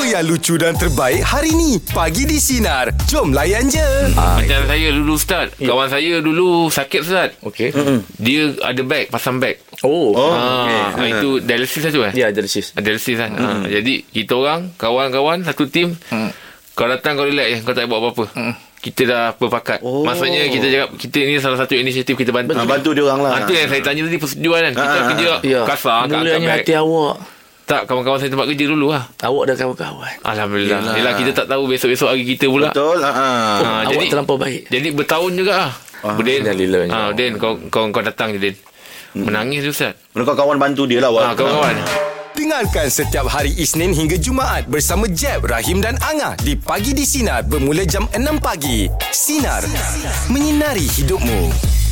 yang lucu dan terbaik hari ni. Pagi di Sinar. Jom layan je. Macam saya dulu Ustaz Kawan saya dulu sakit Ustaz Okey. Dia ada beg Pasang beg Oh. oh, ha, okay. Itu dialysis lah tu eh Ya, ada sis. Dialysis kan ha, Jadi kita orang Kawan-kawan Satu tim Kau datang kau relax je Kau tak buat apa-apa Kita dah berpakat oh. Maksudnya kita cakap Kita ni salah satu inisiatif Kita bantu Ha, bantu dia orang lah. Ha, tu yang saya tanya tadi Persetujuan kan Kita Ah, kerja Ya. Kasar kat angkat Mulanya beg hati awak. Tak kawan-kawan saya tempat kerja dulu lah Awak dah kawan-kawan. Alhamdulillah Yelah. kita tak tahu Besok-besok hari kita pula Betul. Ha. ha. Ah, Awak terlampau baik. Jadi bertahun juga lah. Ah, Budin. Alhamdulillah. Ah, Budin, kau, kau, kau datang je, Din. Menangis tu, Ustaz. Kalau kawan-kawan bantu dia lah. Ah, kawan-kawan. Dengarkan setiap hari Isnin hingga Jumaat bersama Jeb, Rahim dan Angah di Pagi di Sinar bermula jam 6 pagi. Sinar. Menyinari hidupmu.